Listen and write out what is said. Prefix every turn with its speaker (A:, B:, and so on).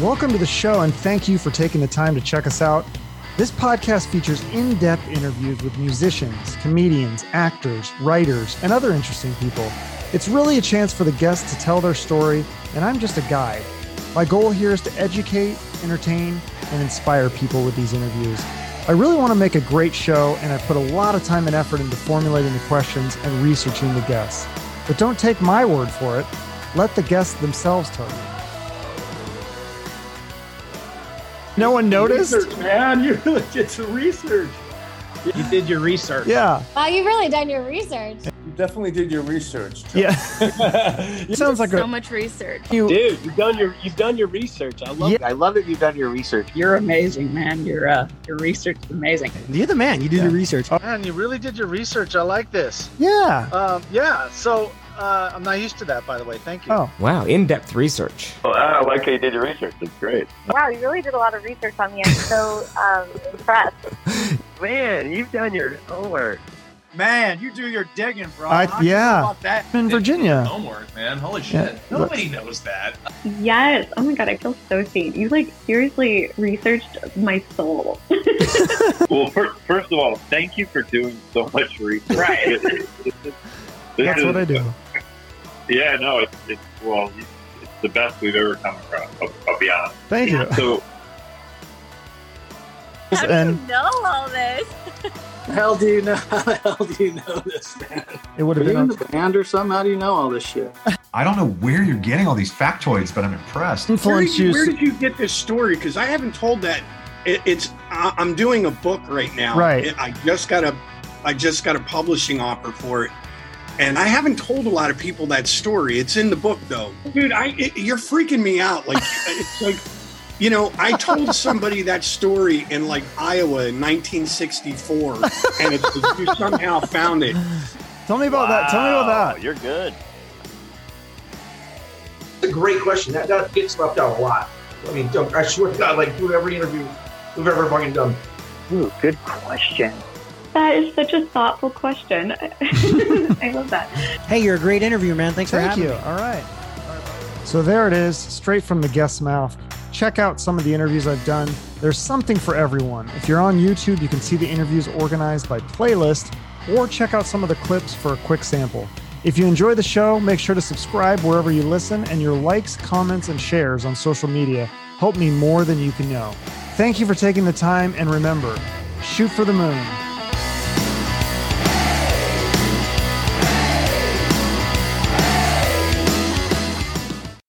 A: Welcome to the show, and thank you for taking the time to check us out. This podcast features in depth interviews with musicians, comedians, actors, writers, and other interesting people. It's really a chance for the guests to tell their story, and I'm just a guide. My goal here is to educate, entertain, and inspire people with these interviews. I really want to make a great show, and I put a lot of time and effort into formulating the questions and researching the guests. But don't take my word for it, let the guests themselves tell you. No one noticed?
B: Research, man. You really did some research.
C: You did your research.
A: Yeah.
D: Wow, you really done your research.
B: You definitely did your research.
A: Yeah.
B: Yeah.
A: It sounds like
E: so
A: a
E: much research.
A: you.
C: Dude, you've done your you've done your research. I love
A: Yeah.
C: it.
F: I love that you've done your research.
G: You're amazing, man. Your uh, your research is amazing.
A: You're the man. You do the research.
B: Uh,
A: Oh,
H: Man, you really did your research. I like this.
A: yeah.
H: Um, yeah, so uh, I'm not used to that, by the way. Thank you.
A: Oh.
I: Wow, in depth research.
F: I like how you did your research. That's great.
J: Wow, you really did a lot of research on me. I'm so um, impressed.
F: Man, you've done your homework.
C: Man, you do your digging, bro.
A: I-
C: don't know
A: yeah.
C: about that.
A: In Virginia.
B: Homework, man. Holy
A: shit. Yeah. Nobody
B: knows that.
J: Yes. Oh my God, I feel so seen. You like seriously researched my soul.
F: Well, fir- first of all, thank you for doing so much research.
G: Right.
F: This is-
A: That's what I do.
F: Yeah, no, it's, it's well, it's the best we've ever come across. I'll, I'll be honest.
A: Thank you.
F: So
E: How do
A: And-
E: you know all this?
C: Hell do you know how the hell do you know this, man?
A: It would
C: Are
A: have
C: you
A: been.
C: in the band or something? How do you know all this shit?
K: I don't know where you're getting all these factoids, but I'm impressed.
B: Where did,
A: Influence
B: you, where
A: you.
B: did you get this story? Because I haven't told that. It, it's I, I'm doing a book right now.
A: Right.
B: It- I just got a I just got a publishing offer for it, and I haven't told a lot of people that story. It's in the book though, dude. I it, you're freaking me out. Like it's like. You know, I told somebody that story in like Iowa in 1964, and it's, you somehow found it.
A: Tell me about that. Tell me about that.
F: You're good.
L: That's a great question. That, that gets left out a lot. I mean, don't, I swear to God, like through every interview we've ever fucking done.
F: Ooh, good question.
J: That is such a thoughtful question. I love that.
G: Hey, you're a great interviewer, man. Thanks
A: Thank you. All right. So there it is, straight from the guest's mouth. Check out some of the interviews I've done. There's something for everyone. If you're on YouTube, you can see the interviews organized by playlist, or check out some of the clips for a quick sample. If you enjoy the show, make sure to subscribe wherever you listen, and your likes, comments, and shares on social media help me more than you can know. Thank you for taking the time, and remember shoot for the moon.